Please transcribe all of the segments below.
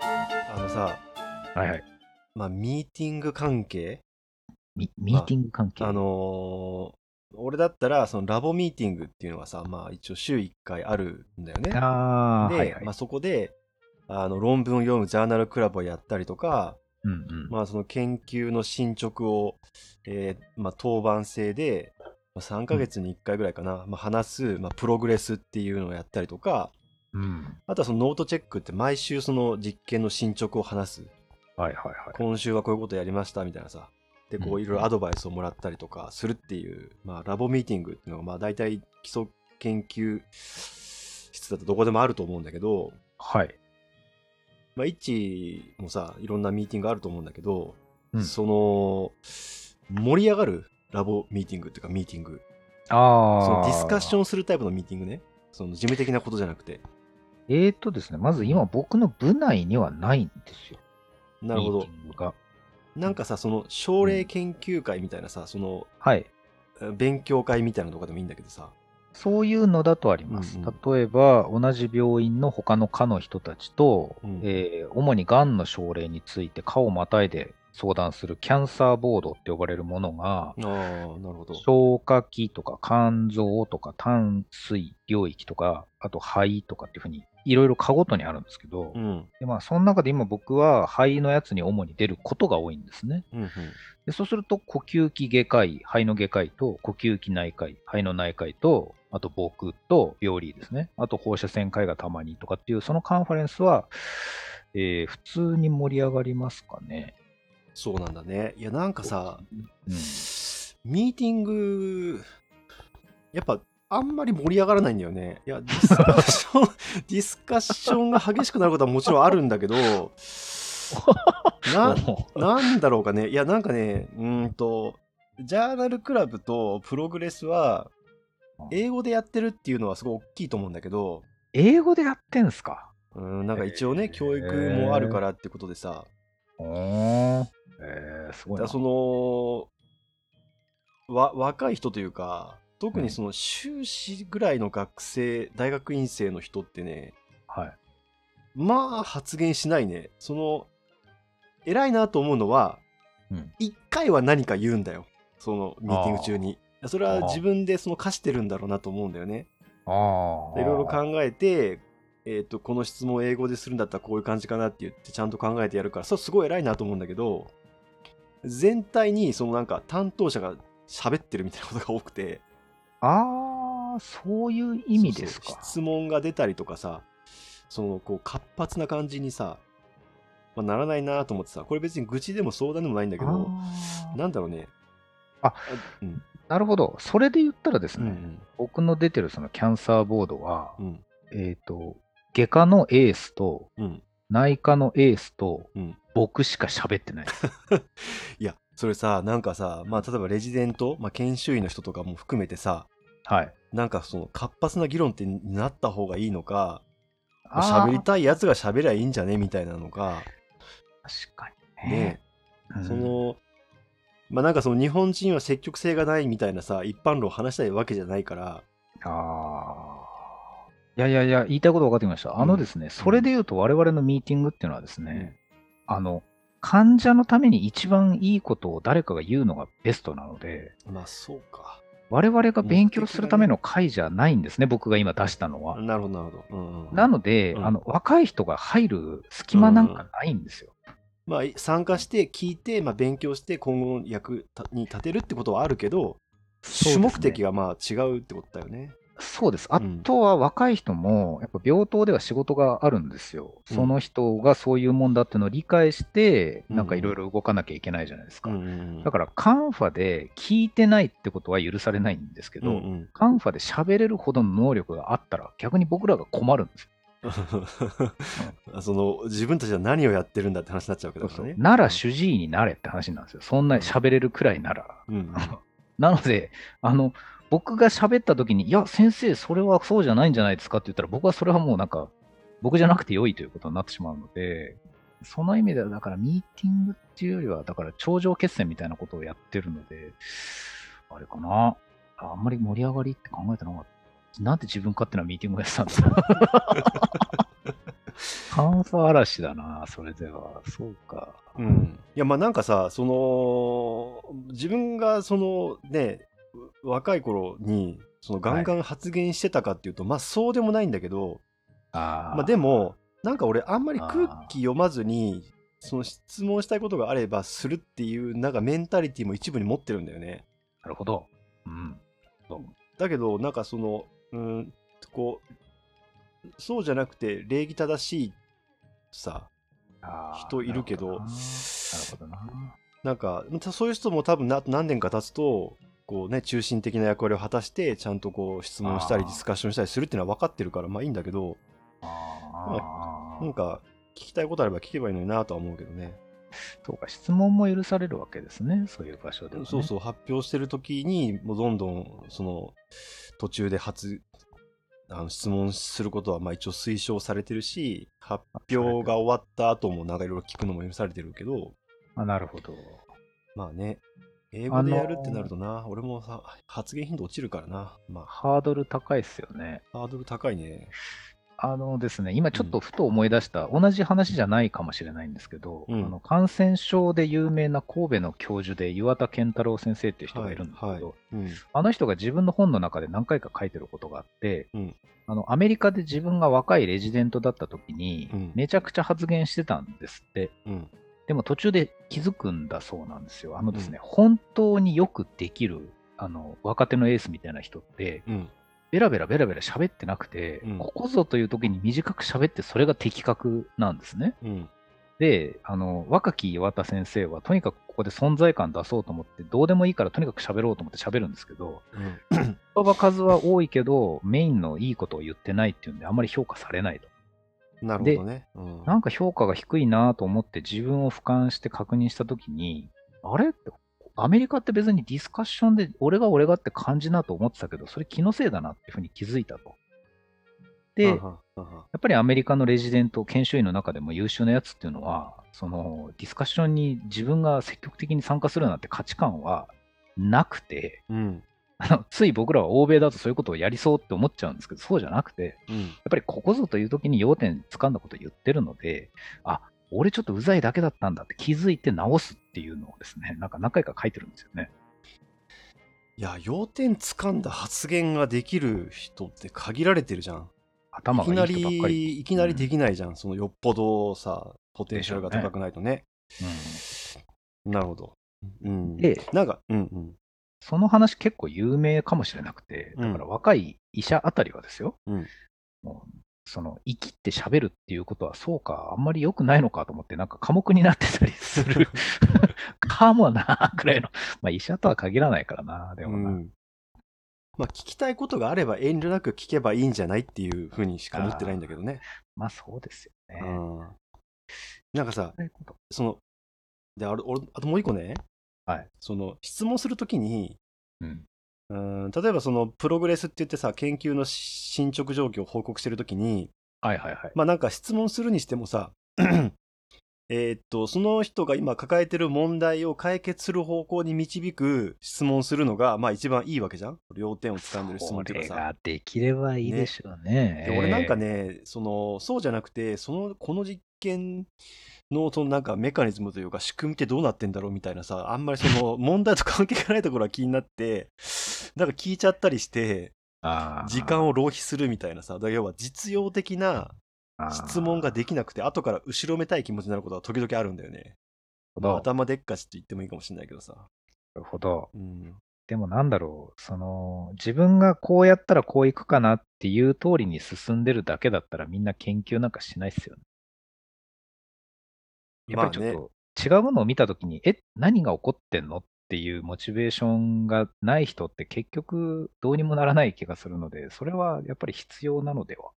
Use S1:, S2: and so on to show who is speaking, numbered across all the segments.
S1: さ、
S2: はいはい。
S1: まあ、ミーティング関係
S2: ミミーティング関係。
S1: あのー俺だったら、そのラボミーティングっていうのがさ、まあ一応週1回あるんだよね。で、
S2: あーはいはい
S1: まあ、そこで、あの論文を読むジャーナルクラブをやったりとか、
S2: うんうん
S1: まあその研究の進捗を、えーまあ当番制で、まあ、3ヶ月に1回ぐらいかな、まあ話す、まあプログレスっていうのをやったりとか、
S2: うん。
S1: あとはそのノートチェックって毎週その実験の進捗を話す。
S2: はいはいはい。
S1: 今週はこういうことやりましたみたいなさ。で、こ
S2: う
S1: うんいろいろアドバイスをもらったりとかするっていう、まあラボミーティングっていうのがまあ大体基礎研究室だとどこでもあると思うんだけど、
S2: はい。
S1: まあ一もさ、いろんなミーティングあると思うんだけど、
S2: うん
S1: その、盛り上がるラボミーティングっていうかミーティング。
S2: あ
S1: そ
S2: あ。
S1: のディスカッシ
S2: ン。
S1: ョンするタイプのミーティングね。その事務的なことじゃなくて。
S2: えーとですね、まず今僕の部内にはないんですよ。
S1: なるほ
S2: ミ
S1: ど
S2: ーテ。ィングが。
S1: なんかさ、その症例研究会みたいなさ、その
S2: はい。
S1: えー勉強会みたいなのとかでもいいんだけどさ、
S2: そういうのだとあります。
S1: うんうん
S2: 例えば、同じ病院の他の科の人たちと、
S1: うん
S2: えー主にがんの症例について科をまたいで相談するキャンサーボードって呼ばれるもの
S1: あ
S2: が、
S1: あ、なるほど。
S2: 消化器とか肝臓とか炭水領域とか、あと肺とかっていうふうに、いろいろ科ごとにあるんですけど、
S1: うん、うん、
S2: でまあ、その中で今僕は肺のやつに主に出ることが多いんですね。
S1: うん。
S2: でそうすると、呼吸器外科医、肺の外科医と、呼吸器内科医、肺の内科医と、あと僕と病理ですね。あと放射線科医がたまにとかっていう、そのカンファレンスは、えー普通に盛り上がりますかね。
S1: そうなんだね。いや、なんかさ、
S2: うん
S1: ミーティング、やっぱ、あんまり盛り上がらないんだよね。 いや、ディスカッション、ディスカッションが激しくなることはもちろんあるんだけ ど、な、なんだろうかね。いや、なんかね、うーんと、ジャーナルクラブとプログレスは、英語でやってるっていうのはすごい大きいと思うんだけど、
S2: 英語でやってんすか
S1: うん、なんか一応
S2: へ
S1: ね、
S2: ー
S1: 教育もあるからってことでさ、
S2: おーえー、すご
S1: だから
S2: いな。
S1: そのわ、若い人というか、特
S2: う
S1: に
S2: ん
S1: その修士ぐらいの学生、大学院生の人ってね、
S2: はい。
S1: まあ発言しないね。その、偉いなと思うのは
S2: うん、
S1: 一、回は何か言うんだよ。そのミーティング中に。それは自分でその課してるんだろうなと思うんだよね。
S2: ああ。
S1: でいろいろ考えて、えー、とこの質問を英語でするんだったらこういう感じかなって言ってちゃんと考えてやるからそれすごい偉いなと思うんだけど全体にそのなんか担当者が喋ってるみたいなことが多くて
S2: ああ、そういう意味です
S1: そうそ
S2: か
S1: う。質問が出たりとかさそのこう活発な感じにさ、まあ、ならないなと思ってさこれ別に愚痴でも相談でもないんだけど
S2: あー
S1: なんだろうね
S2: あ
S1: うん
S2: なるほど。それで言ったらです
S1: う
S2: ね、
S1: ん
S2: 僕の出てるそのキャンサーボードは、
S1: うん
S2: えっ、と、外科のエースと、
S1: うん
S2: 内科のエースと、
S1: うん
S2: 僕しか喋って ない。
S1: いやそれさなんかさまあ例えばレジデント、まあ、研修医の人とかも含めてさ
S2: はい。
S1: なんかその活発な議論ってなった方がいいのか、ま
S2: あ
S1: あ
S2: ー
S1: 喋りたいやつが喋りゃいいんじゃねみたいなのか、
S2: 確かにね
S1: ね。、
S2: うん
S1: その、まあなんかその日本人は積極性がないみたいなさ、一般論を話したいわけじゃないから、
S2: ああ。いやいやいや、言いたいこと分かってきました。あのですね、それで言うと我々のミーティングっていうのはですね、あの、患者のために一番いいことを誰かが言うのがベストなので、
S1: まあそうか。
S2: 我々が勉強するための会じゃないんですね、僕が今出したのは。
S1: なるほど、なるほど。うんうん
S2: なので、
S1: うん
S2: あの、若い人が入る隙間なんかないんですよ。
S1: まあ参加して聞いて、まあ勉強して今後の役に立てるってことはあるけど、主目的
S2: が。
S1: がまあ違うってことだよね。
S2: そうです。
S1: う
S2: あ
S1: ん
S2: とは若い人も、やっぱ病棟では仕事があるんですよ。
S1: うん
S2: その人がそういうもんだってのを理解して、
S1: うん
S2: なんかいろいろ動かなきゃいけないじゃないですか。
S1: ん
S2: だ
S1: か
S2: からカンファで聞いてないってことは許されないんですけど、
S1: うん
S2: カンファで喋れるほどの能力があったら逆に僕らが困るんですよ。
S1: うん、その自分たちは何をやってるんだって話になっちゃうけどね。
S2: なら主治医になれって話なんですよ。そんな喋れるくらいなら。
S1: うんうん、
S2: なので、あの、僕が喋った時に、いや、先生、それはそうじゃないんじゃないですかって言ったら、僕はそれはもうなんか、僕じゃなくて良いということになってしまうので、その意味では、だからミーティングっていうよりは、だから頂上決戦みたいなことをやってるので、あれかな。あんまり盛り上がりっ て考えてなかった。なんで自分勝手なミーティングをやってたんだろう考反差嵐だな、それでは。そうか。
S1: うん、いやまあなんかさその自分がそのね若い頃にそのガンガン発言してたかっていうと、まあそうでもないんだけど
S2: あー
S1: まあ、で、もなんか俺あんまり空気読まずにその質問したいことがあればするっていうなんかメンタリティも一部に持ってるんだよね
S2: なるほど。うん。
S1: だけどなんかそのうんこうそうじゃなくて礼儀正しいさ
S2: あー
S1: 人いるけど
S2: なるほどな。なるほどな
S1: なんかたそういう人も多分な何年か経つとこうね中心的な役割を果たしてちゃんとこう質問したり
S2: あー
S1: ディスカッションしたりするっていうのは分かってるからまあいいんだけど
S2: あー
S1: なんか聞きたいことあれば聞けばいいのになとは思うけどね
S2: そうか、質問も許されるわけですね、そういう場所では、ね。
S1: そうそう発表してる時にもうどんどんその途中で発あの質問することはまあ一応推奨されてるし発表が終わった後もなんかいろいろ聞くのも許されてるけど
S2: あなるほど。
S1: まあね英語でやるってなるとな、俺もさ発言頻度落ちるからなま
S2: ハードル高いっすよね。
S1: あハードル高いね
S2: あのですね、今ちょっとふと思い出した、同じ話じゃないかもしれないんですけど、
S1: うん
S2: あの感染症で有名な神戸の教授で岩田健太郎先生っていう人がいるんですけど、
S1: はいはうん
S2: あの人が自分の本の中で何回か書いてることがあって、
S1: うん
S2: あのアメリカで自分が若いレジデントだった時に、
S1: うん
S2: めちゃくちゃ発言してたんですって。
S1: うん
S2: でも途中で気づくんだそうなんですよ。あのですね、本当によくできるあの若手のエースみたいな人って、
S1: うん
S2: ベラベラベラベラ喋ってなくて、
S1: うん
S2: ここぞという時に短く喋って、それが的確なんですね。
S1: うん
S2: で、あの若き岩田先生は、とにかくここで存在感出そうと思って、どうでもいいからとにかく喋ろうと思って喋るんですけど、
S1: うん
S2: 言葉数は多いけど、メインのいいことを言ってないっていうんで、あんまり評価されないと。
S1: なるほどねうん
S2: なんか評価が低いなと思って自分を俯瞰して確認したときに、あれって、アメリカって別にディスカッションで俺が俺がって感じなと思ってたけど、それ気のせいだなっていうふうに気づいたと。で、やっ
S1: はははは
S2: ぱりアメリカのレジデント、研修医の中でも優秀なやつっていうのは、そのディスカッションに自分が積極的に参加するなんて価値観はなくて、
S1: うん
S2: あのつい僕らは欧米だとそういうことをやりそうって思っちゃうんですけど、そうじゃなくて、
S1: うん
S2: やっぱりここぞという時に要点掴んだことを言ってるので、あ、俺ちょっとうざいだけだったんだって気づいて直すっていうのをですね、なんか何回か書いてるんですよね。
S1: いや要点掴んだ発言ができる人って限られてるじゃん
S2: 頭
S1: いきな
S2: がいい人ばっかり。
S1: り、いきなりできないじゃん。そのよっぽどさ、ポテンシャルが高くないとね。
S2: うん
S1: なるほど。うん。
S2: で
S1: なんか、うんうん。
S2: その話結構有名かもしれなくて、
S1: うん
S2: だから若い医者あたりはですよ、
S1: うん
S2: もうその生きって喋るっていうことはそうか、あんまり良くないのかと思って、なんか科目になってたりする かもな、くらいの。まあ医者とは限らないからな、でもな。
S1: うんまあ、聞きたいことがあれば遠慮なく聞けばいいんじゃないっていうふうにしか思ってないんだけどね。
S2: まあそうですよね。
S1: うんなんかさ、
S2: そういうこと
S1: その、で、あれ俺あともう一個ね、
S2: はい
S1: その質問するときに、
S2: うん
S1: うん例えばそのプログレスって言ってさ、研究の進捗状況を報告してるときに、
S2: はいはいはい。
S1: まあなんか質問するにしてもさ、 えーっと、その人が今抱えてる問題を解決する方向に導く質問するのが、まあ一番いいわけじゃん両点を掴んでる質問っていう
S2: そ
S1: か
S2: れ
S1: さ。
S2: ができればいいでしょうね。
S1: で俺なんかね、その、そうじゃなくて、その、この実験の、そのなんかメカニズムというか仕組みってどうなってんだろうみたいなさ、あんまりそ の問題と関係がないところが気になって、なんか聞いちゃったりして、
S2: あー、
S1: 時間を浪費するみたいなさ、だから要は実用的な質問が
S2: で
S1: できなくて、後から後ろめたい気持ちになることは時々あるんだよね。まあ
S2: なる
S1: 頭でっかちって言ってもいいかもしれないけどさ。
S2: ほど。
S1: うん。
S2: でもなんだろう、その、自分がこうやったらこういくかなっていう通りに進んでるだけだったらみんな研究なんかしないっすよね。やっぱりちょっ
S1: まあね
S2: と違うものを見たときに、え、何が起こってんのっていうモチベーションがない人って結局どうにもならない気がするので、それはやっぱり必要なのでは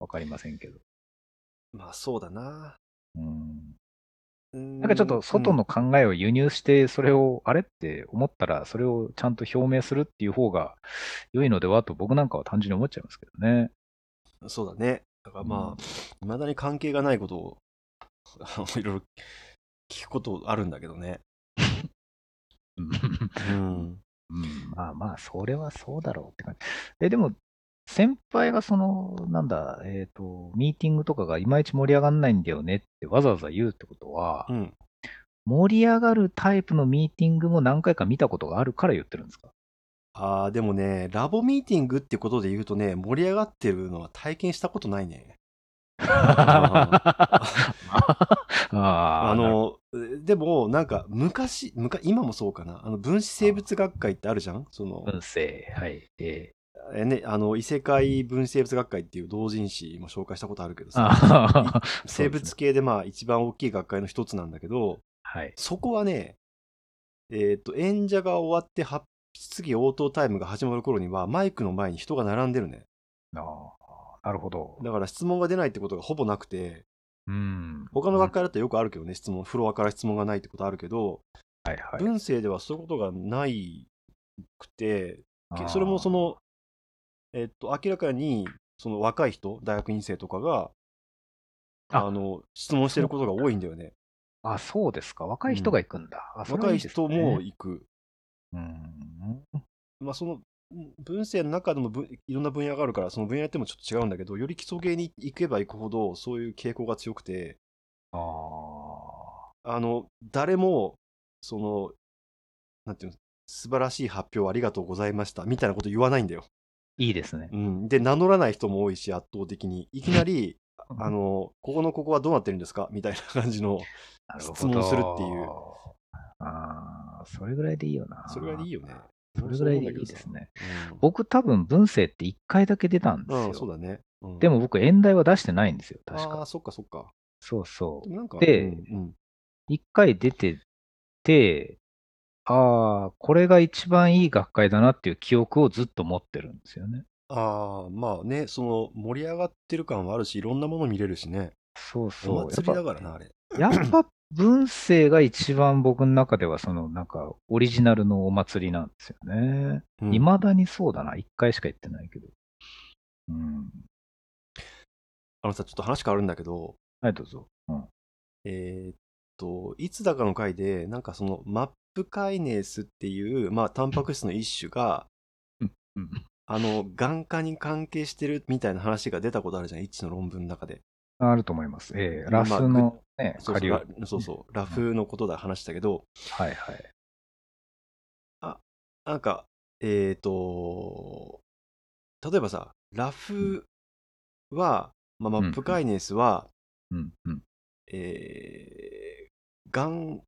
S2: わかりませんけど。
S1: まあそうだな。
S2: うん
S1: な
S2: なんかちょっと外
S1: の、
S2: の考えを輸入して、それを、あれって思ったら、それをちゃんと表明するっていう方が良いのではと、僕なんかは単純に思っちゃいますけどね。
S1: うんそうだね。だからまあ、いまだに関係がないことを、 あのいろいろ聞くことあるんだけどね。
S2: うん、
S1: うん。
S2: まあまあ、それはそうだろうって感じ。え、でも、先輩がその、なんだ、えっ、と、ミーティングとかがいまいち盛り上がんないんだよねってわざわざ言うってことは、
S1: うん。
S2: 盛り上がるタイプのミーティングも何回か見たことがあるから言ってるんですか
S1: ああ、でもね、ラボミーティングってことで言うとね、盛り上がってるのは体験したことない ね。
S2: あ
S1: あ
S2: ーなるほ
S1: の、でも、なんか、昔、昔、今もそうかな。あの、分子生物学会ってあるじゃんその
S2: ど、運勢、はい。え
S1: えね、あの、異世界分子生物学会っていう同人誌も紹介したことあるけど
S2: ー、
S1: さ、
S2: あー
S1: 生物系でまあ、一番大きい学会の一つなんだけど、
S2: はい。
S1: そこはね、えっ、と、演者が終わって、は質疑応答タイムが始まる頃には、マイクの前に人が並んでるね。
S2: あーなるほど。
S1: だから質問が出ないってことがほぼなくて、
S2: うん。
S1: 他の学会だとよくあるけどね、質問、フロアから質問がないってことあるけど、
S2: はいはい
S1: 文政ではそういうことがないくて、
S2: あ
S1: け
S2: ー
S1: それもその、えっと、明らかに、その若い人、大学院生とかが、
S2: あ
S1: あの、質問してることが多いんだよね。
S2: あ、そうですか。若い人が行くんだ。あそれ
S1: 若
S2: はいですね
S1: 人も行く。
S2: うん。
S1: まあ、その、文政の中でもぶいろんな分野があるから、その分野やってもちょっと違うんだけど、より基礎芸に行けば行くほど、そういう傾向が強くて、
S2: あ
S1: あの、誰も、その、なんていうの、素晴らしい発表ありがとうございました、みたいなこと言わないんだよ。
S2: ーいいですね。
S1: うん、で、名乗らない人も多いし、圧倒的に。いきなり、あの、ここのここはどうなってるんですかみたいな感じの、
S2: なるほど
S1: 質問するっていう。
S2: ああ、それぐらいでいいよな。
S1: それぐらいでいいよね。
S2: それぐらいでいいですね。
S1: うん。
S2: 僕多分文政って1回だけ出たんです
S1: あ
S2: よ。
S1: あ、そうだね。うん
S2: でも僕、演題は出してないんですよ、確
S1: ああ、
S2: か。
S1: そっかそっか。
S2: そうそ
S1: でもなんか、
S2: で
S1: うん
S2: う。1回出てて、ああ、これが一番いい学会だなっていう記憶をずっと持ってるんですよね。
S1: ああ、まあね、その、盛り上がってる感はあるし、いろんなもの見れるしね。
S2: そうそう。
S1: お祭りだからな、あれ。
S2: やっ ぱ。やっぱ文政が一番僕の中では、そのなんか、オリジナルのお祭りなんですよね。
S1: うん
S2: いまだにそうだな。一回しか行ってないけど。うん。
S1: あのさ、ちょっと話変わるんだけど、
S2: はい、どうぞ。うん。
S1: えーっと、いつだかの回で、なんかその、マップカイネースっていう、まあ、タンパク質の一種が、
S2: うん
S1: あの、眼科に関係してるみたいな話が出たことあるじゃん、一致の論文の中で。
S2: あると思います。ええ
S1: まあ
S2: ラスのね、
S1: そうそう
S2: 下流。
S1: ラそうそうラフのことだ話したけど、
S2: はいはい。
S1: なんか、えっ、と、例えばさ、ラフは、まあ、マップカイネスは、
S2: うんうん。
S1: えー、がん、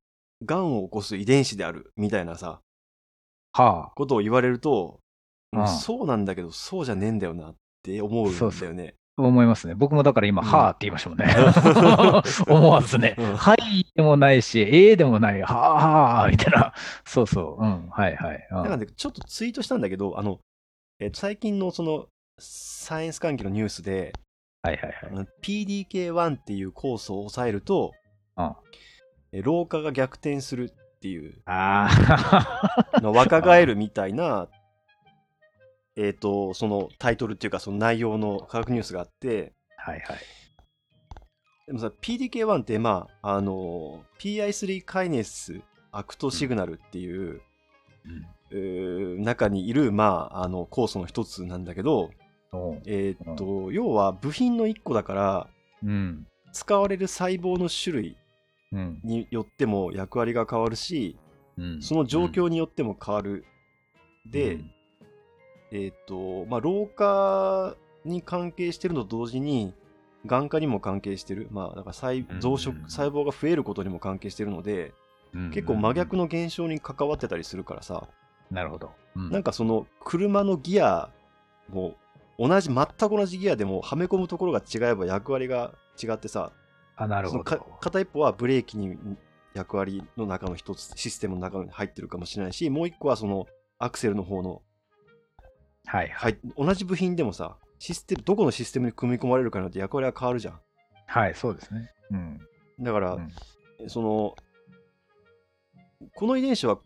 S1: がんを起こす遺伝子であるみたいなさ、
S2: は
S1: ことを言われると、うん
S2: うん
S1: そうなんだけど、そうじゃねえんだよなって思うんだ
S2: そ
S1: よ
S2: う
S1: ね。
S2: そあ、思いますね。僕もだから今、
S1: うん。
S2: はあって言いましたもんね思わずね、
S1: うん
S2: はいでもないし、ええでもない、はあはあ、みたいな。そうそう、うん、はいはい。うん
S1: なんかね、ちょっとツイートしたんだけど、あの、えーと最近のその、サイエンス関係のニュースで、
S2: はいはいはい。
S1: あの PDK1 っていう酵素を抑えると、
S2: うん
S1: え老化が逆転するっていう、
S2: あ あ、
S1: の若返るみ たいな、えっ、と、そのタイトルっていうか、その内容の科学ニュースがあって、
S2: はいはい。
S1: でもさ、PDK1 って、まあ、あの、PI3 カイネスアクトシグナルっていう、
S2: うん
S1: うー中にいる、まあ、あの、酵素の一つなんだけど、
S2: おう
S1: えっ、と、要は部品の一個だから、
S2: うん。
S1: 使われる細胞の種類
S2: うん。
S1: によっても役割が変わるし、
S2: うん
S1: その状況によっても変わる。で、
S2: うん
S1: えっ、と、まあ、老化に関係してるのと同時に、眼科にも関係してる、まあ、だから細
S2: うん
S1: 増殖、細胞が増えることにも関係してるので、結構真逆。の現象に関わってたりするからさ、
S2: なるほど。うん
S1: なんかその車のギアも同じ、全く同じギアでもはめ込むところが違えば役割が違ってさ、
S2: あ、なる
S1: そ
S2: ほ
S1: のか
S2: ど。
S1: 片一方はブレーキに役割の中の一つ、システムの中に入ってるかもしれないし、もう一個はそのアクセルの方の
S2: はいは
S1: は
S2: い。
S1: い、同じ部品でもさシステムどこのシステムに組み込まれるかによって役割は変わるじゃん
S2: はい、そうですね。うん。
S1: だから、
S2: うん
S1: そのこの遺伝子は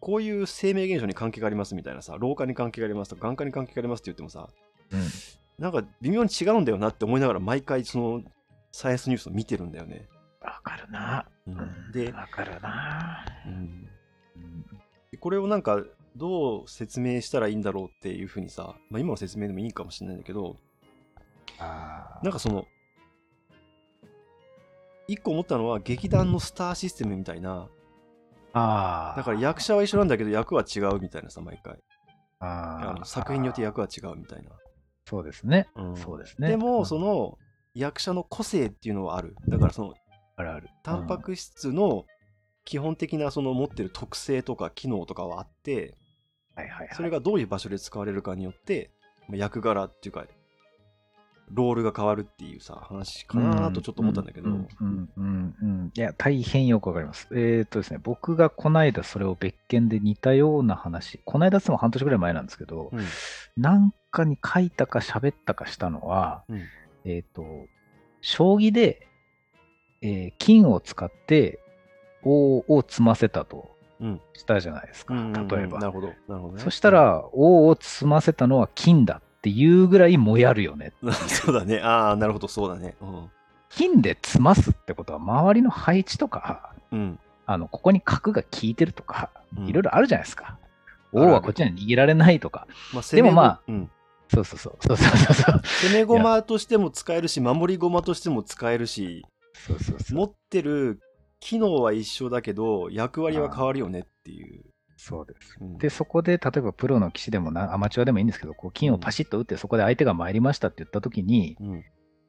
S1: こういう生命現象に関係がありますみたいなさ老化に関係がありますとか眼科に関係がありますって言ってもさ
S2: うん
S1: なんか微妙に違うんだよなって思いながら毎回そのサイエンスニュースを見てるんだよね、
S2: わかるな。
S1: うん
S2: うん
S1: で、
S2: わかるな。
S1: うん
S2: うん
S1: これをなんかどう説明したらいいんだろうっていうふうにさ、まあ、今の説明でもいいかもしれないんだけど、
S2: あ
S1: なんかその、一個思ったのは劇団のスターシステムみたいな、
S2: あー。
S1: だから役者は一緒なんだけど役は違うみたいなさ、毎回。あ
S2: あ
S1: の
S2: ー
S1: 作品によって役は違うみたいな。
S2: そうですね。
S1: うん
S2: そうですね。
S1: で
S2: う
S1: も、
S2: ん
S1: そ、の役者の個性っていうのはある。だからその、
S2: あるある。
S1: タンパク質の基本的なその持ってる特性とか機能とかはあって、
S2: うん、はいはいはい。
S1: それがどういう場所で使われるかによって、まあ役柄っていうか、ロールが変わるっていうさ、話かなとちょっと思ったんだけど、
S2: うんうんうんうんうんいや、大変よくわかります。えー、っとですね、僕がこの間それを別件で似たような話、この間つも半年ぐらい前なんですけど、
S1: うん
S2: なんかに書いたか喋ったかしたのは、
S1: うん
S2: えーっと、将棋で、えー金を使って王を積ませたと
S1: うん
S2: したじゃないですか、
S1: うんうんうん
S2: 例えば。
S1: なるほど。なるほどね。
S2: そした、ら、王を積ませたのは金だっていうぐらいもやるよね。
S1: そうだね。ああ、なるほど、そうだね。うん。
S2: 金で積ますってことは、周りの配置とか、
S1: うん。
S2: あの、ここに角が効いてるとか、
S1: うん
S2: いろいろあるじゃないです
S1: ある
S2: か。
S1: ある
S2: 王はこっちには逃げられないとか。
S1: まあ、
S2: でもまあ
S1: 攻めご、
S2: そうそうそう。そうそうそうそう。
S1: うん、攻め駒としても使えるし、守り駒としても使えるし、
S2: そうそうそう
S1: 持ってる機能は一緒だけど、役割は変わるよねっていう。
S2: そうです。
S1: うん
S2: で、そこで、例えばプロの棋士でもなアマチュアでもいいんですけど、こう金をパシッと打って、そこで相手が参りましたって言った時に、
S1: うん、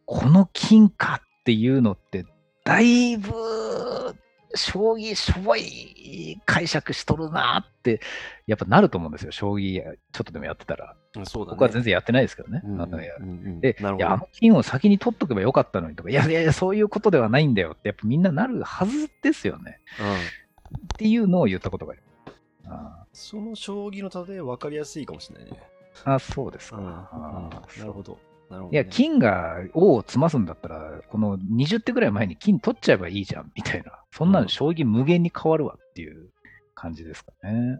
S2: この金かっていうのって、だいぶ、将棋しょぼい解釈しとるなって、やっぱなると思うんですよ。将棋ちょっとでもやってたら。
S1: うんそうだね。
S2: 僕は全然やってないですけどね。
S1: うん
S2: なんかや
S1: うんうん
S2: で、
S1: なる
S2: いや、
S1: ほ
S2: あの金を先に取っとけばよかったのにとか、いやいやいや、そういうことではないんだよって、やっぱみんななるはずですよね。
S1: ど。うん
S2: っていうのを言ったことがある。あ
S1: その将棋の例え分かりやすいかもしれないね。
S2: ーあ、そうですか。
S1: うん
S2: あー
S1: なるほど。なるほどね、
S2: いや、金が王を詰ますんだったら、この20手ぐらい前に金取っちゃえばいいじゃんみたいな、そんな
S1: うん
S2: の将棋無限に変わるわっていう感じですかね。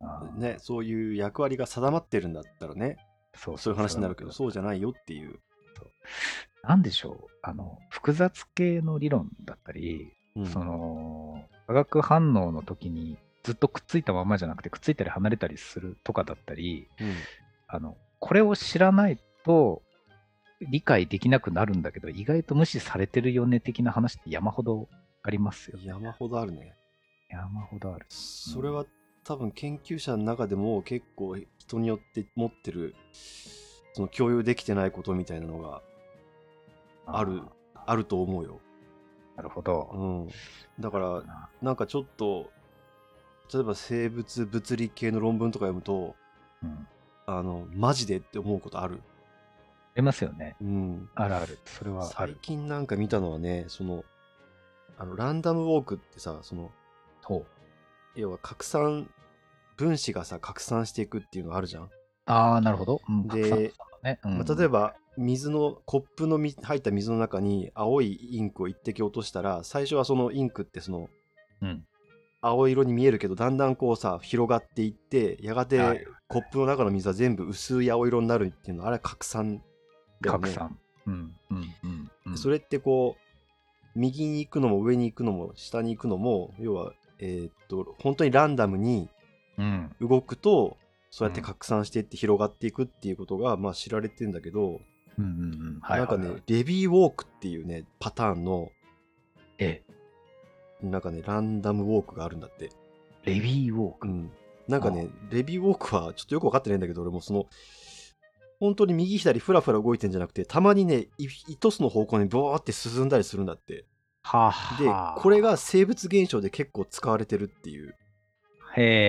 S2: あー
S1: ね、そういう役割が定まってるんだったらね、
S2: そう
S1: そういう話になるけど、そうじゃないよっていう。
S2: なんでしょう、あの複雑系の理論だったり、
S1: うん
S2: その化学反応の時にずっとくっついたままじゃなくてくっついたり離れたりするとかだったり
S1: うん
S2: あのこれを知らないと理解できなくなるんだけど意外と無視されてるよね的な話って山ほどありますよ
S1: 山ほどあるね。
S2: 山ほどある
S1: それは多分研究者の中でも結構人によって持ってる、その共有できてないことみたいなのがあるあると思うよ。
S2: なるほど、
S1: うん、だから、なんかちょっと、例えば生物物理系の論文とか読むと、
S2: うん、
S1: あの、マジでって思うことある。
S2: ありますよね
S1: うん。
S2: あるあるそれはあ
S1: 最
S2: る
S1: 近なんか見たのはね、その、あの、ランダムウォークってさ、その、
S2: ほう
S1: 要は拡散、分子がさ、拡散していくっていうのあるじゃん。
S2: ああなるほど、うん、
S1: で
S2: たくさんそうだねうん
S1: まあ例えば、水の、コップのみ入った水の中に青いインクを一滴落としたら、最初はそのインクってその、
S2: うん
S1: 青色に見えるけど、だんだんこうさ、広がっていって、やが
S2: はい
S1: てコップの中の水は全部薄い青色になるっていうのは、あれは拡散だよね
S2: 拡散、うんうんうんうん、
S1: それってこう右に行くのも上に行くのも下に行くのも要はえーっと本当にランダムに
S2: うん
S1: 動くとそうやって拡散していって広がっていくっていうことが、まあ知られてんだけど、
S2: うんうんうんはい
S1: なんか
S2: はいは
S1: ね
S2: い
S1: レビーウォークっていうねパターンの
S2: ええ
S1: なんかねランダムウォークがあるんだって、
S2: レビーウォー
S1: う
S2: ク。
S1: ん、なんかねレビーウォークはちょっとよく分かってないんだけど俺もその本当に右左ふらふら動いてんじゃなくてたまにねい一つの方向にボーって進んだりするんだって
S2: は
S1: でこれ。が生物現象で結構使われてるっていう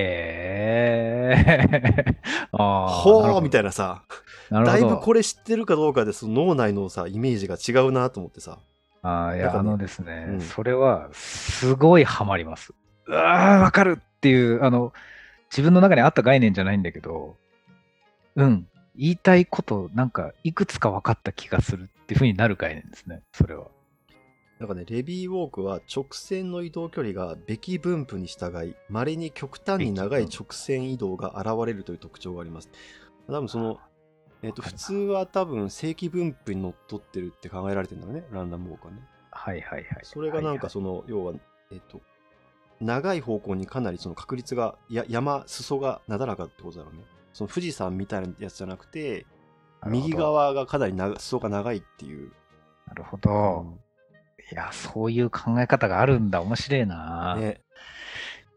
S2: へえ。 ああ。
S1: ほーみた
S2: い
S1: いなさ
S2: な。な
S1: だ
S2: る
S1: い
S2: ほど。
S1: ぶこれ知ってるかどうかでその脳内のさイメージが違うなと思ってさ
S2: ああ、い
S1: なん
S2: や、
S1: かね
S2: あのですね、
S1: うん
S2: それは、すごいハマります。うわあ、わかるっていう、あの、自分の中にあった概念じゃないんだけど、うん。言いたいこと、なんか、いくつか分かった気がするっていうふうになる概念ですね、それは。
S1: なんかねレビーウォークは直線の移動距離がべき分布に従いまれに極端に長い直線移動が現れるという特徴があります多分そのえっ、と普通は多分正規分布にのっとってるって考えられてるんだよねランダムウォークはね
S2: はいはいはい。
S1: それがなんかその、要は、えっと、長い方向にかなりその確率がや山裾がなだらかってことだろうねその富士山みたいなやつじゃなくて右。側がかなりな裾が長いっていう
S2: なるほど。いや、そういう考え方があるんだ。面白いな。
S1: ね、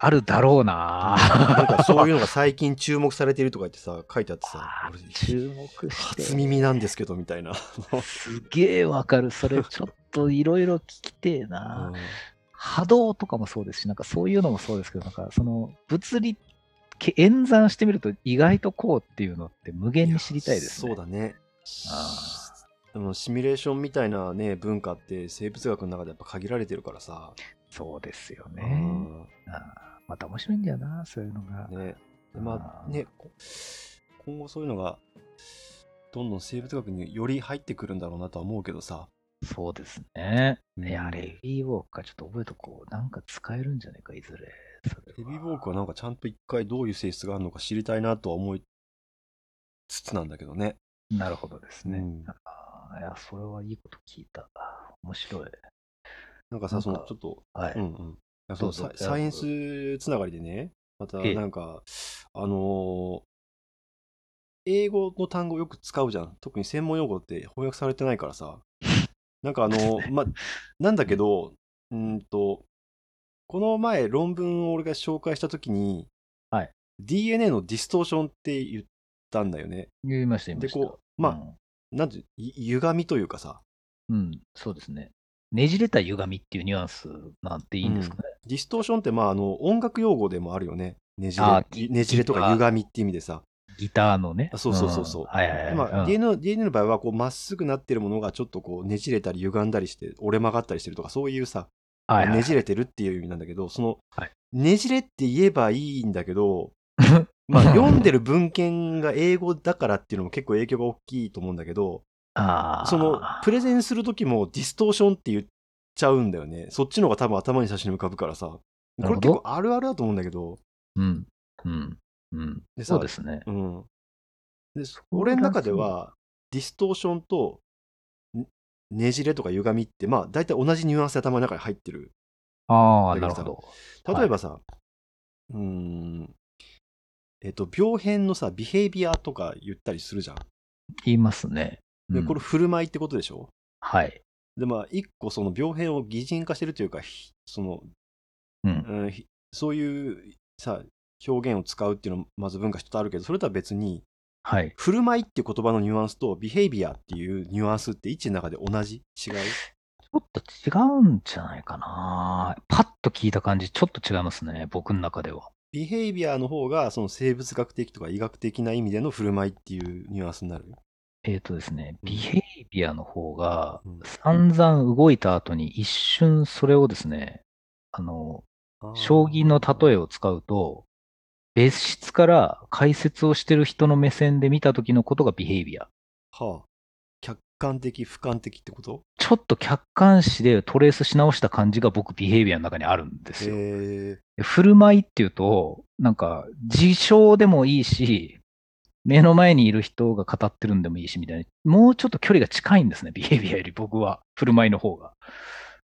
S2: あるだろうな。
S1: なんかそういうのが最近注目されてるとか言ってさ書いてあってさ
S2: あー
S1: 俺
S2: 注目して。
S1: 初耳なんですけどみたいな、
S2: すげえわかる。それちょっといろいろ聞きてえ な。波動とかもそうですし、なんかそういうのもそうですけど、なんかその物理け演算してみると意外とこうっていうのって無限に知りたいですね。
S1: そうだね
S2: あ
S1: でもシミュレーションみたいなね文化って生物学の中でやっぱ限られてるからさ、
S2: そうですよ
S1: う
S2: ね。
S1: ん
S2: あーまた面白いんだよな、そういうのが。
S1: ねでま
S2: あ
S1: あ
S2: ー
S1: ねこ今後そういうのがどんどん生物学により入ってくるんだろうなとは思うけどさ
S2: そうですね。
S1: うん
S2: いや、レビーウォークか、ちょっと覚えとこう。なんか使えるんじゃねえか、いずれ。それは
S1: ヘビーウォークはなんかちゃんと一回どういう性質があるのか知りたいなとは思いつつなんだけどね
S2: なるほどですね。
S1: うん
S2: あーいや、それはいいこと聞いた。面白い。
S1: なんかさ
S2: なんか
S1: そのちょっと
S2: はい。
S1: うんうんいやその
S2: どうぞ
S1: ササイエンスつながりでねまた
S2: ええ
S1: なんかあのー英語の単語よく使うじゃん特に専門用語って翻訳されてないからさなんかあの ーまあなんだけどうーんとこの前論文を俺が紹介した時に、
S2: はい、
S1: DNA のディストーションって言ったんだよね
S2: 言いました、言いま
S1: で
S2: した。
S1: こうまあ、なんてい歪みというかさ
S2: うん、うん、そうですね。ねじれた歪みっていうニュアンスなんていいんですかね。
S1: ディストーションってまああの音楽用語でもあるよねねじ
S2: あ
S1: れねじれとか歪みって意味でさ
S2: ギターのね。
S1: あそうそうそうそうん
S2: はいはいはい。
S1: ま
S2: う
S1: あ、
S2: ん
S1: DNA, の DNA の場合はこうまっすぐなってるものがちょっとこうねじれたり歪んだりして折れ曲がったりしてるとかそういうさ、
S2: はいはい
S1: ねじれてるっていう意味なんだけどその、
S2: はい
S1: ねじれって言えばいいんだけ ど、まあ、読んでる文献が英語だからっていうのも結構影響が大きいと思うんだけど
S2: あー
S1: そのプレゼンする時もディストーションって言っちゃうんだよねそっちの方が多分頭に写真に浮かぶからさこれ
S2: なるほ
S1: 結
S2: ど
S1: 構あるあるだと思うんだけど、
S2: うん。うん。うん。
S1: でさ
S2: そうですね。
S1: うん、で
S2: う
S1: 俺の中ではディストーションとねねじれとか歪みってまあ大体同じニュアンスで頭の中に入ってる
S2: ああ、
S1: だ
S2: な
S1: け
S2: る
S1: ど
S2: ほ
S1: さ
S2: ど。
S1: 例えばさ、うーんえっと病変のさビヘイビアとか言ったりするじゃん
S2: 言いますね。う
S1: で
S2: ん
S1: これ振る舞いってことでしょ、
S2: はい。
S1: でまあ一個その病変を擬人化してるというかひその、
S2: うん。
S1: うんひそういうさ表現を使うっていうのもまず文化一つあるけどそれとは別に
S2: はい。
S1: 振る舞いっていう言葉のニュアンスとビヘイビアっていうニュアンスって位置の中で同じ違う
S2: ちょっと違うんじゃないかな。パッと聞いた感じ、ちょっと違いますね。僕の中では。
S1: ビヘイビアの方がその生物学的とか医学的な意味での振る舞いっていうニュアンスになる
S2: えっ、とですね、
S1: うん
S2: ビヘイビアの方が
S1: うん、
S2: 散々動いた後に一瞬それをですね、あの、将棋の例えを使うと、別室から解説をしてる人の目線で見た時のことがビヘイビア。
S1: はあ客観的俯瞰的ってこと
S2: ちょっと客観視でトレースし直した感じが僕ビヘイビアの中にあるんで
S1: へ
S2: すよ。
S1: え
S2: で振る舞いっていうと、なんか、自称でもいいし、目の前にいる人が語ってるんでもいいしみたいな、もうちょっと距離が近いんですね、ビヘイビアより僕は、振る舞いの方が。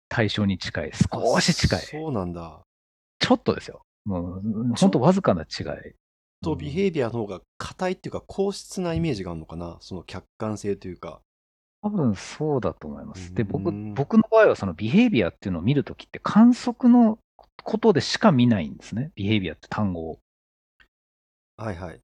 S2: 対象に近い、少し近い。
S1: そうなんだ
S2: ちょっとですよ。もう、ほんとわずかな違い。
S1: とビヘイビアの方が硬いっていうか硬質なイメージがあるのかなその客観性というか
S2: 多分そうだと思います。で、僕、
S1: うん
S2: 僕の場合はそのビヘイビアっていうのを見るときって観測のことでしか見ないんですね。ビヘイビアって単語を。
S1: はいはい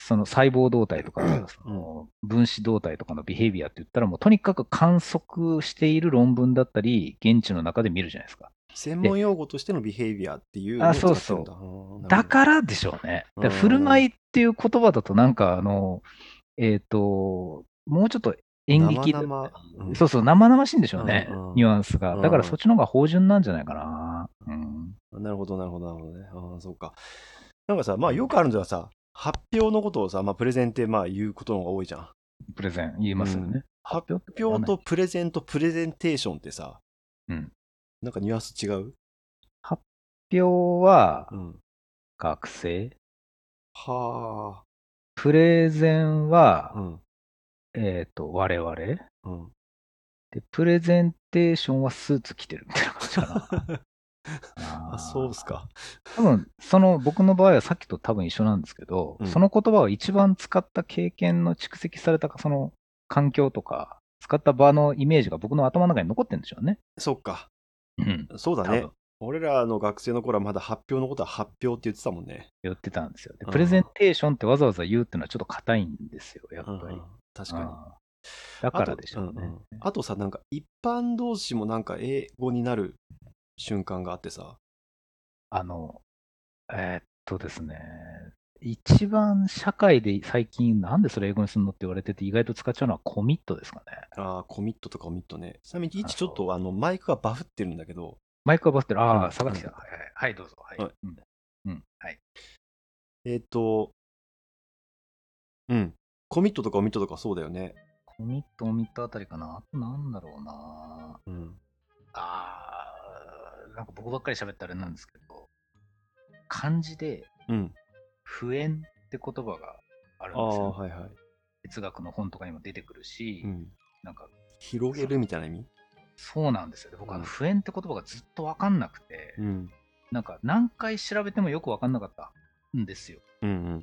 S2: その細胞動態とか、
S1: うん
S2: その分子動態とかのビヘイビアって言ったら、もうとにかく観測している論文だったり、現地の中で見るじゃないですか。
S1: 専門用語としてのビヘイビアっていうのを
S2: あ
S1: 使ってるんだあーなるほど
S2: だからでしょうね。だから
S1: うん
S2: 振る舞いっていう言葉だと、なんか、あの、えっ、と、もうちょっと演劇
S1: 生々うん
S2: そうそう、生々しいんでしょうね、
S1: うんうん
S2: ニュアンスが。だか
S1: うん
S2: らそっちの方が芳醇なんじゃないかな。うん。
S1: なるほど、なるほど、なるほどね。ああ、そうか。なんかさ、まあよくあるのはさ、発表のことをさ、まあプレゼンってまあ言うことの方が多いじゃん。
S2: プレゼン言いますよね。
S1: 発
S2: 発
S1: 表とプレゼンとプレゼンテーションってさ、
S2: うん
S1: なんかニュアンス違う、
S2: 発表は
S1: うん、
S2: 学生、
S1: は
S2: プレゼンは、
S1: あ、うん、
S2: えっ、と、我々。
S1: うん。
S2: で、プレゼンテーションはスーツ着てるみたいな感じかな。な。
S1: あ、そうっすか。
S2: 多分、その僕の場合はさっきと多分一緒なんですけど、
S1: うん
S2: その言葉を一番使った経験の蓄積されたその環境とか、使った場のイメージが僕の頭の中に残ってるんでしょうね。
S1: そっか。
S2: うん。
S1: そうだ
S2: 多
S1: ね
S2: 分。
S1: 俺らの学生の頃はまだ発表のことは発表って言ってたもんね。
S2: 言ってたんですよ。で
S1: うん
S2: プレゼンテーションってわざわざ言うっていうのはちょっと硬いんですよ、やっぱり。
S1: うん確かに。
S2: あーだからでしょうね。
S1: あと,うんうん、あとさ、なんか一般同士もなんか英語になる瞬間があってさ、
S2: あの、えーっとですね、一番社会で最近、なんでそれ英語にするのって言われてて、意外と使っちゃうのはコミットですかね。
S1: あーコミットとコミットね。ちなみに、いちちょっとあのマイクがバフってるんだけど、
S2: マイクがバスってる。あ
S1: う
S2: あ、
S1: ん
S2: 坂口さん。はいはいはい、どうぞ。はい。
S1: はい
S2: うん。うんはい。
S1: えっ、と、うん、コミットとかコミットとかそうだよね。
S2: コミット、コミットあたりかな。あとなんだろうな。
S1: うん、
S2: ああ、なんか僕ばっかり喋ったあれなんですけど、漢字で、
S1: うん、
S2: 不縁って言葉があるん
S1: あ
S2: です
S1: あ、
S2: よ。
S1: はいはい、
S2: 哲学の本とかにも出てくるし、
S1: うん。
S2: なんか
S1: 広げるみたいな意味
S2: そうなんですよ。で僕、あ
S1: うん
S2: の不縁って言葉がずっと分かんなくて、
S1: うん、
S2: なんか何回調べてもよく分かんなかったんですよ。
S1: うん、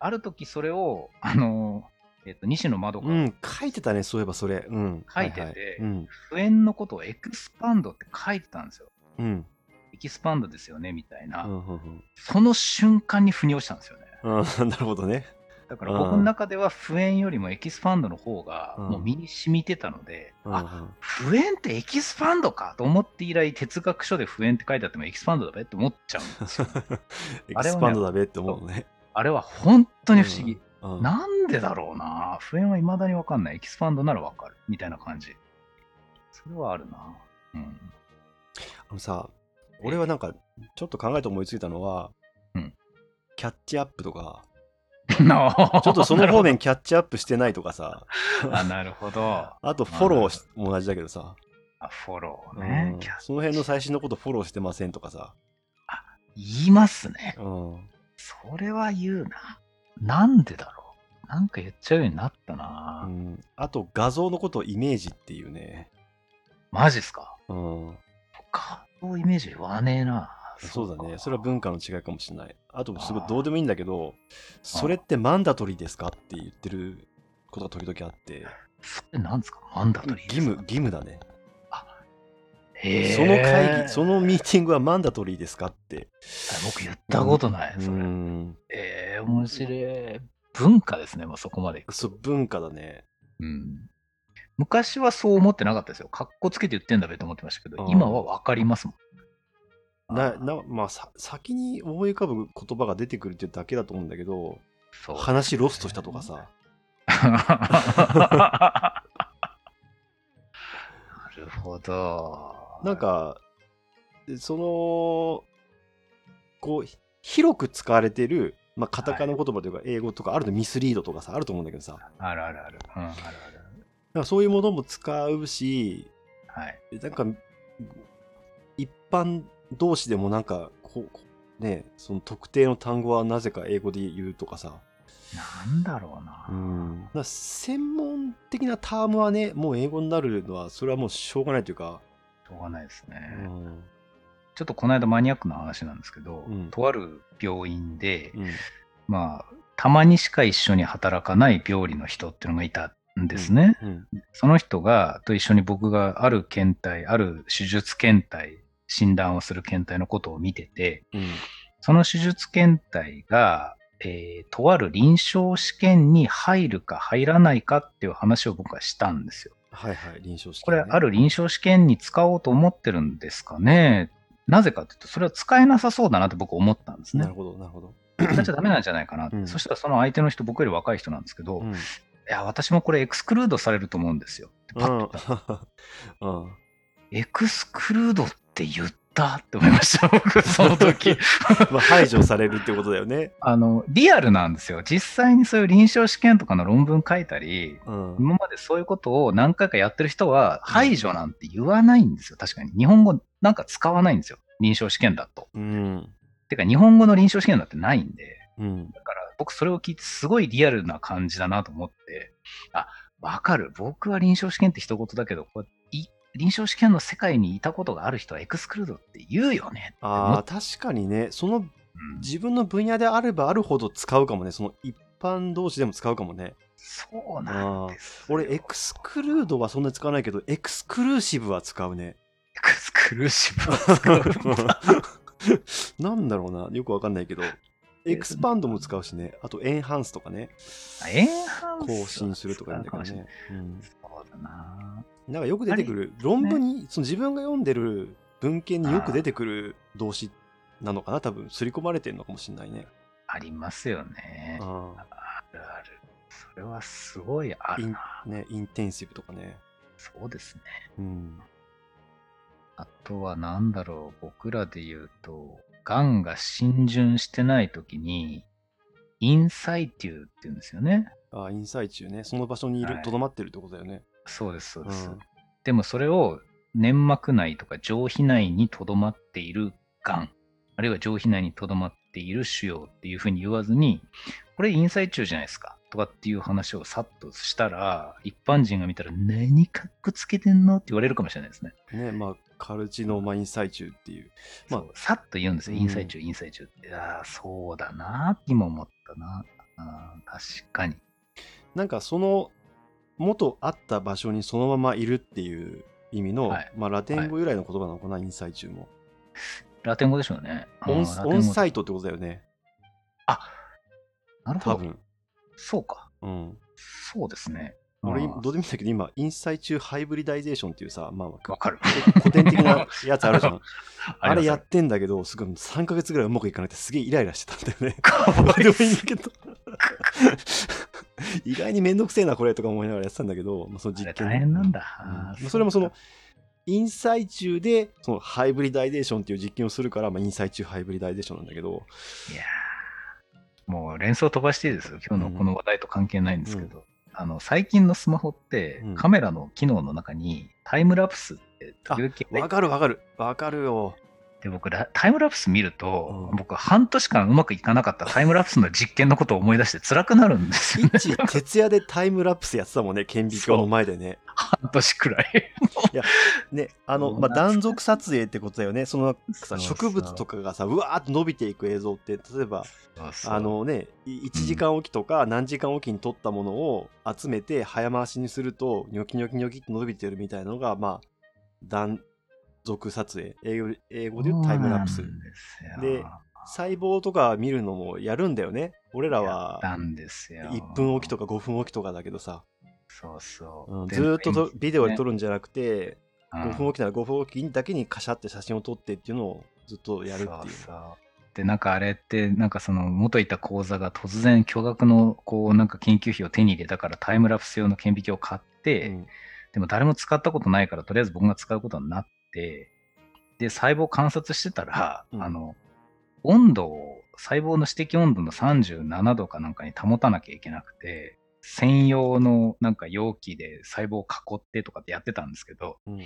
S2: ある時それを、あのーえっと西野まどか
S1: う
S2: が
S1: ん。書いてたね、そういえばそれ。うん、
S2: 書いてて
S1: ははうん、
S2: 不縁のことをエクスパンドって書いてたんですよ。
S1: うん、
S2: エキスパンドですよねみたいうな、
S1: ん、うんうん
S2: その瞬間に腑に落ちたんですよね。
S1: うん。 なるほどね。
S2: だから
S1: うん
S2: 僕の中では不縁よりもエキスパンドの方が
S1: うん
S2: もう身に染みてたので、
S1: うんう
S2: あ
S1: ん
S2: 不縁ってエキスパンドかと思って以来哲学書で不縁って書いてあってもエキスパンドだべって思っちゃうんですよ。
S1: エ
S2: あ
S1: キ
S2: れはね
S1: スパンドだべって思うのね。
S2: あれは本当に不思議。
S1: うん。うん
S2: なんでだろうな不縁は未だにわかんない。エキスパンドならわかる。みたいな感じ。それはあるなうん。
S1: あのさ、俺はなんか、ちょっと考えて思いついたのは、
S2: うん
S1: キャッチアップとか、
S2: ち
S1: ちょっと その方面キャッチアップしてないとかさ、
S2: あ、なるほど。あ、
S1: あとフォローしも同じだけどさ、
S2: フォロー
S1: う
S2: ね
S1: ん。
S2: キャ
S1: その辺の最新のことフォローしてませんとかさ、
S2: 言いますね。
S1: うん、
S2: それは言うな。なんでだろう。なんか言っちゃうようになった
S1: う
S2: な、
S1: んあと画像のことをイメージっていうね、
S2: マジっすか。
S1: うん、
S2: 他のイメージ言わねえな
S1: そうだね、そ
S2: れ
S1: れ
S2: は。
S1: は文化の違いかもしれない。あと、すごい
S2: あー
S1: どうでもいいんだけど、それってマンダトリーですかって言ってることが時々あって、
S2: それなんですかなんだと
S1: 義務、義務だね。
S2: へえ
S1: その会議、そのミーティングはマンダトリーですかって。
S2: 僕言ったことない。
S1: う
S2: それ。
S1: ん、
S2: ええ面白い。文化ですね、もうそこまでいく。
S1: そう、文化だね。
S2: うん。昔はそう思ってなかったですよ。かっこつけて言ってんだべと思ってましたけど
S1: う、ん
S2: 今は分かりますもん。
S1: な、な、まあ、さ、先に思い浮かぶ言葉が出てくるっていうだけだと思うんだけど、
S2: そう
S1: 話ロストしたとか さ。
S2: なるほど。
S1: なん、か、その、こう、ひ広く使われてる、まあ、カタカナ言葉というか、英語とか、あるとミスリードとかさ、あると思うんだけどさ、
S2: あるあるある。うん、あるある。
S1: なんかそういうものも使うし、
S2: はい。
S1: なんか、一般同士でもなんか、こう、こうね、その特定の単語はなぜか英語で言うとかさ、
S2: なんだろうな。
S1: なんか専門的なタームはね、もう英語になるのは、それはもうしょうがないというか、
S2: しょうがないですね。
S1: うん
S2: ちょっとこの間マニアックな話なんですけど、
S1: うん
S2: とある病院で、
S1: うん
S2: まあ、たまにしか一緒に働かない病理の人っていうのがいたんですね。
S1: うん
S2: その人が、と一緒に僕がある検体、ある手術検体、診断をする検体のことを見てて、
S1: うん
S2: その手術検体が、えーとある臨床試験に入るか入らないかっていう話を僕はしたんですよ。
S1: はいはい、臨床試
S2: こ
S1: 験、
S2: れ、
S1: ね。
S2: ある臨床試験に使おうと思ってるんですかねなぜかというと、それは使えなさそうだなって僕思ったんです
S1: な
S2: ね
S1: る。ほど、なるほど。
S2: 使っちゃダメなんじゃないかなって、
S1: うん
S2: そしたらその相手の人、僕より若い人なんですけど、
S1: うん
S2: いや、私もこれエクスクルードされると思うんですよ。ってパッと言ったら
S1: うん。うん
S2: エクスクルードって言ったって思いました、僕、その 時。
S1: まあ、排除されるってことだよね。
S2: あの、リアルなんですよ。実際にそういう臨床試験とかの論文書いたり、
S1: うん。
S2: 今までそういうことを何回かやってる人は、排除なんて言わないんですよ、確かに。日本語なんか使わないんですよ、臨床試験だと。
S1: うん。
S2: てか、日本語の臨床試験だってないんで。
S1: うん。
S2: だから、僕それを聞いて、すごいリアルな感じだなと思って、あ、わかる。僕は臨床試験って一言だけど、こう一臨床試験の世界にいたことがある人はエクスクルードって言うよね。
S1: ああ、確かにね、その
S2: うん
S1: 自分の分野であればあるほど使うかもね、その一般同士でも使うかもね。
S2: そうなんです。
S1: 俺、エクスクルードはそんなに使わないけど、エクスクルーシブは使うね。
S2: エクスクルーシブを使 うんだ
S1: なんだろうな、よくわかんないけど、エクスパンドも使うしね、あとエンハンスとかね、
S2: あエンハンスは
S1: 更新するとか言うんだけどね。うん
S2: そうだな。
S1: なんかよく出てくる、論文に、その自分が読んでる文献によく出てくる動詞なのかな、多分、刷り込まれてるのかもしれないね。
S2: ありますよね。あ
S1: あ
S2: るある。それはすごいあるな。
S1: あね、インテンシブとかね。
S2: そうですね。
S1: うん。
S2: あとはなんだろう、僕らで言うと、がんが浸潤してない時に、インサイテューって言うんですよね。
S1: ああ、インサイ中ね、その場所にいる
S2: は、い
S1: とどまってるってことだよね。
S2: そうです、そう
S1: う
S2: です。
S1: ん
S2: でもそれを粘膜内とか上皮内にとどまっているがん、あるいは上皮内にとどまっている腫瘍っていうふうに言わずに、これインサイチューじゃないですかとかっていう話をさっとしたら、一般人が見たら何かっこつけてんのって言われるかもしれないですね。
S1: ね、まあ、カルチノーマインサイ中っていう。まあ
S2: そうさっと言うんですよ、
S1: うん
S2: インサイチュー、インサイチューって。ああ、そうだなって今思ったな。あー確かに。
S1: なんかその元あった場所にそのままいるっていう意味の、
S2: はい
S1: まあ、ラテン語由来の言葉なのかな、インサイ中も
S2: ラテン語でしょうね。あー
S1: オン
S2: ラテン
S1: オ
S2: 語
S1: ンサイトってことだよね
S2: あ、なる
S1: 多
S2: ほど。
S1: 分、
S2: そうか。
S1: うん、
S2: そうですね。
S1: 俺
S2: あー
S1: どうでもいいんだけど今インサイ中ハイブリダイゼーションっていうさ、まあま
S2: わかる。
S1: あ、古典的なやつある じゃんあ
S2: ります
S1: れやってんだけどすごい3ヶ月ぐらいうまくいかなくてすげえイライラしてたんだよね
S2: か
S1: どう
S2: わい
S1: で
S2: い
S1: もいいんだけど 意外にめんどくせえなこれとか思いながらやってたんだけど、まあ、その
S2: あ
S1: 実
S2: れ
S1: 験
S2: 大変なんだ。
S1: うんま
S2: あ
S1: あ
S2: ー
S1: それもその、インサイ中でそのハイブリダイゼーションっていう実験をするから、まあ、インサイ中ハイブリダイゼーションなんだけど、
S2: いやーもう連想飛ばしていいですよ。今日のこの話題と関係ないんですけど、あの最近のスマホって
S1: うん
S2: カメラの機能の中にタイムラプスって時々入
S1: わ
S2: っ
S1: かるわかるわかるよ
S2: て僕らタイムラプス見ると、
S1: うん
S2: 僕半年間うまくいかな かったタイムラプスの実験のことを思い出して辛くなるんですよね。
S1: 一徹夜でタイムラプスやってたもんね顕微鏡の前で ね
S2: 半年くらい。
S1: ねあの、
S2: そう
S1: まあ、
S2: なんです
S1: 断続撮影ってことだよねそのさ 植物と
S2: か
S1: かがさうわーっと伸びていく映像って例えばあ
S2: あの
S1: のね1時間おきとか何時間おきに撮ったものを集めて早回しにするとニョキニョキニョキって伸びてるみたいなのがまあ断続撮影英語英語で言うタイムラプスで細胞とか見るのもやるんだよね俺らは
S2: なんですよ。
S1: 1分おきとか5分おきとかだけどさ、
S2: そうそう。
S1: うんずーっととビデオで撮るんじゃなくて
S2: うん
S1: 5分おきなら5分おきだけにカシャって写真を撮ってっていうのをずっとやるっていう
S2: そうそうでなんかあれってなんかその元いた講座が突然巨額のこうなんか研究費を手に入れたからタイムラプス用の顕微鏡を買って、
S1: うん
S2: でも誰も使ったことないからとりあえず僕が使うことになってで細胞観察してたら、
S1: うん
S2: あの温度を細胞の指摘温度の37度かなんかに保たなきゃいけなくて専用のなんか容器で細胞を囲ってとかってやってたんですけど
S1: うん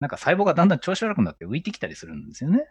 S2: なんか細胞がだんだん調子悪くなって浮いてきたりするんですよね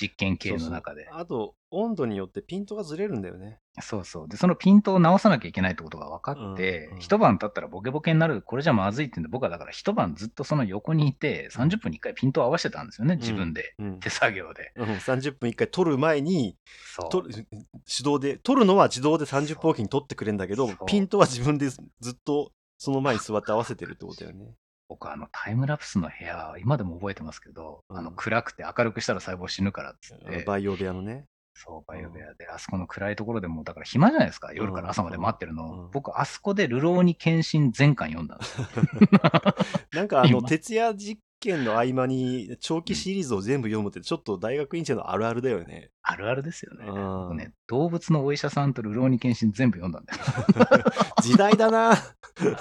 S2: 実験系の中で。
S1: あと温度によってピントがずれるんだよね
S2: そうそう。で、そのピントを直さなきゃいけないってことが分かって、
S1: うんうん
S2: 一晩経ったらボケボケになる、これじゃまずいってんで、僕はだから一晩ずっとその横にいて、30分に1回ピントを合わせてたんですよね、自分で。
S1: うん
S2: 手作業で。
S1: うん、30分1回撮る前に
S2: そう。
S1: 撮る手動で撮るのは自動で30分おきに撮ってくれるんだけど
S2: そう
S1: ピントは自分でずっとその前に座って合わせてるってことだ よね。
S2: 僕あのタイムラプスの部屋、今でも覚えてますけど、
S1: うん
S2: あの暗くて明るくしたら細胞死ぬからっつっ
S1: あの
S2: て、
S1: 培養部屋のね。
S2: そう、バイオ部屋で、あそこの暗いところでもう、だから暇じゃないですか、夜から朝まで待ってる
S1: うんう
S2: の
S1: ん。
S2: 僕、あそこで流浪に献身全巻読んだんですよ。
S1: なんかあの
S2: 今
S1: 徹夜実験の合間に長期シリーズを全部読むってちょっと大学院生のあるあるだよね。
S2: あるあるですよね。
S1: うん
S2: ね動物のお医者さんと流浪に献身全部読んだんだよ。
S1: 時代だ な 時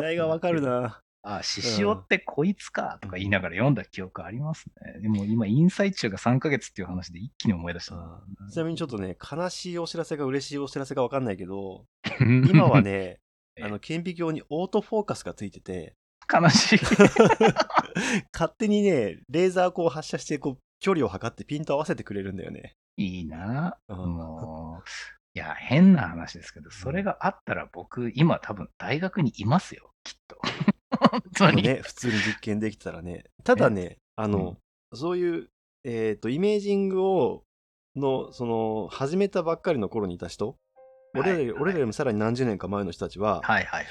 S1: 代がわかるな
S2: あ、獅子王ってこいつかとか言いながら読んだ記憶ありますね。でも今、インサイチューが3ヶ月 っていう話で一気に思い出した な。
S1: ちなみにちょっとね悲しいお知らせか嬉しいお知らせかわかんないけど今
S2: 今
S1: は、 ね
S2: ええ
S1: あの顕微鏡にオートフォーカスがついてて
S2: 悲しい。
S1: 勝手にねレーザーこう発射してこう距離を測ってピント合わせてくれるんだよね。
S2: いいな。
S1: うん
S2: もう、い や、変な話ですけど、それがあったら僕、今多分大学にいますよ、きっと。本当に。
S1: ね、普通に実験できたらね。ただね、あの、そういう、えっ、と、イメージングを、の、その、始めたばっかりの頃にいた人、俺らより、
S2: はい
S1: 俺らよりもさらに何十年か前の人たちは、
S2: はいはいはいはい。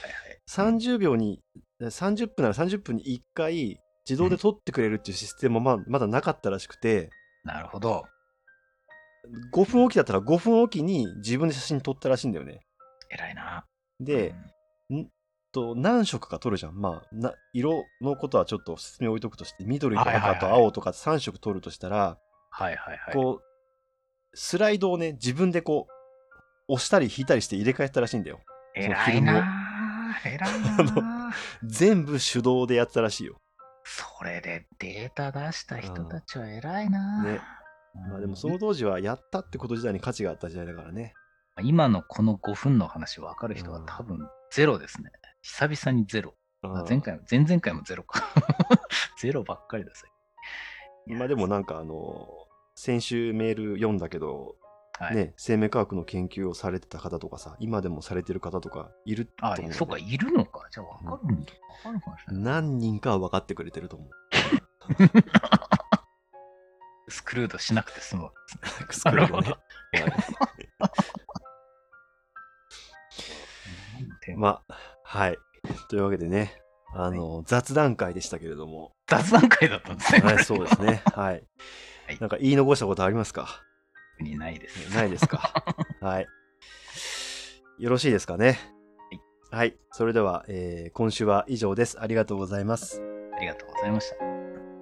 S1: 30秒に、30分なら30分に1回、自動で取ってくれるっていうシステムもままだなかったらしくて、
S2: なるほど。
S1: 5分おきだったら5分おきに自分で写真撮ったらしいんだよね。
S2: 偉いな。
S1: で、と何色か取るじゃん。まあ、な色のことはちょっと説明置いとくとして、緑と
S2: はいはい
S1: 赤
S2: はい
S1: と青とか3色取るとしたら、
S2: はいはいはい。
S1: こう、スライドをね、自分でこう、押したり引いたりして入れ替えてたらしいんだよ。
S2: 偉いなぁ。偉いなぁ。
S1: 全部手動でやってたらしいよ。
S2: それでデータ出した人たちは偉いなぁ。
S1: ねまあでもその当時はやったってこと自体に価値があった時代だからね。
S2: 今のこの5分の話分かる人は多分ゼロですね。久々にゼロ。
S1: うん
S2: 前回も、前々回もゼロか。 ゼロばっかりだぜ。
S1: まあでもなんかあの、先週メール読んだけど、
S2: はい。
S1: ね、生命科学の研究をされてた方とかさ、今でもされてる方とかいると思
S2: あ
S1: う、ね。
S2: そうか、いるのか。じゃあ分かるんだ。分かるかもしれない。
S1: 何人かは分かってくれてると思う。
S2: スクルードしなくて済むわけですね。
S1: スクロ ールね。
S2: テーマ
S1: まあ、はい。というわけでね、あの、雑談会でしたけれど も、
S2: 雑談会だったんですね。
S1: はい、そうですね。はい
S2: はい。
S1: なんか言い残したことあります か
S2: 特 にないです。
S1: ないですかはい。よろしいですかねはい。それでは、えー今週は以上です。ありがとうございます。
S2: ありがとうございました。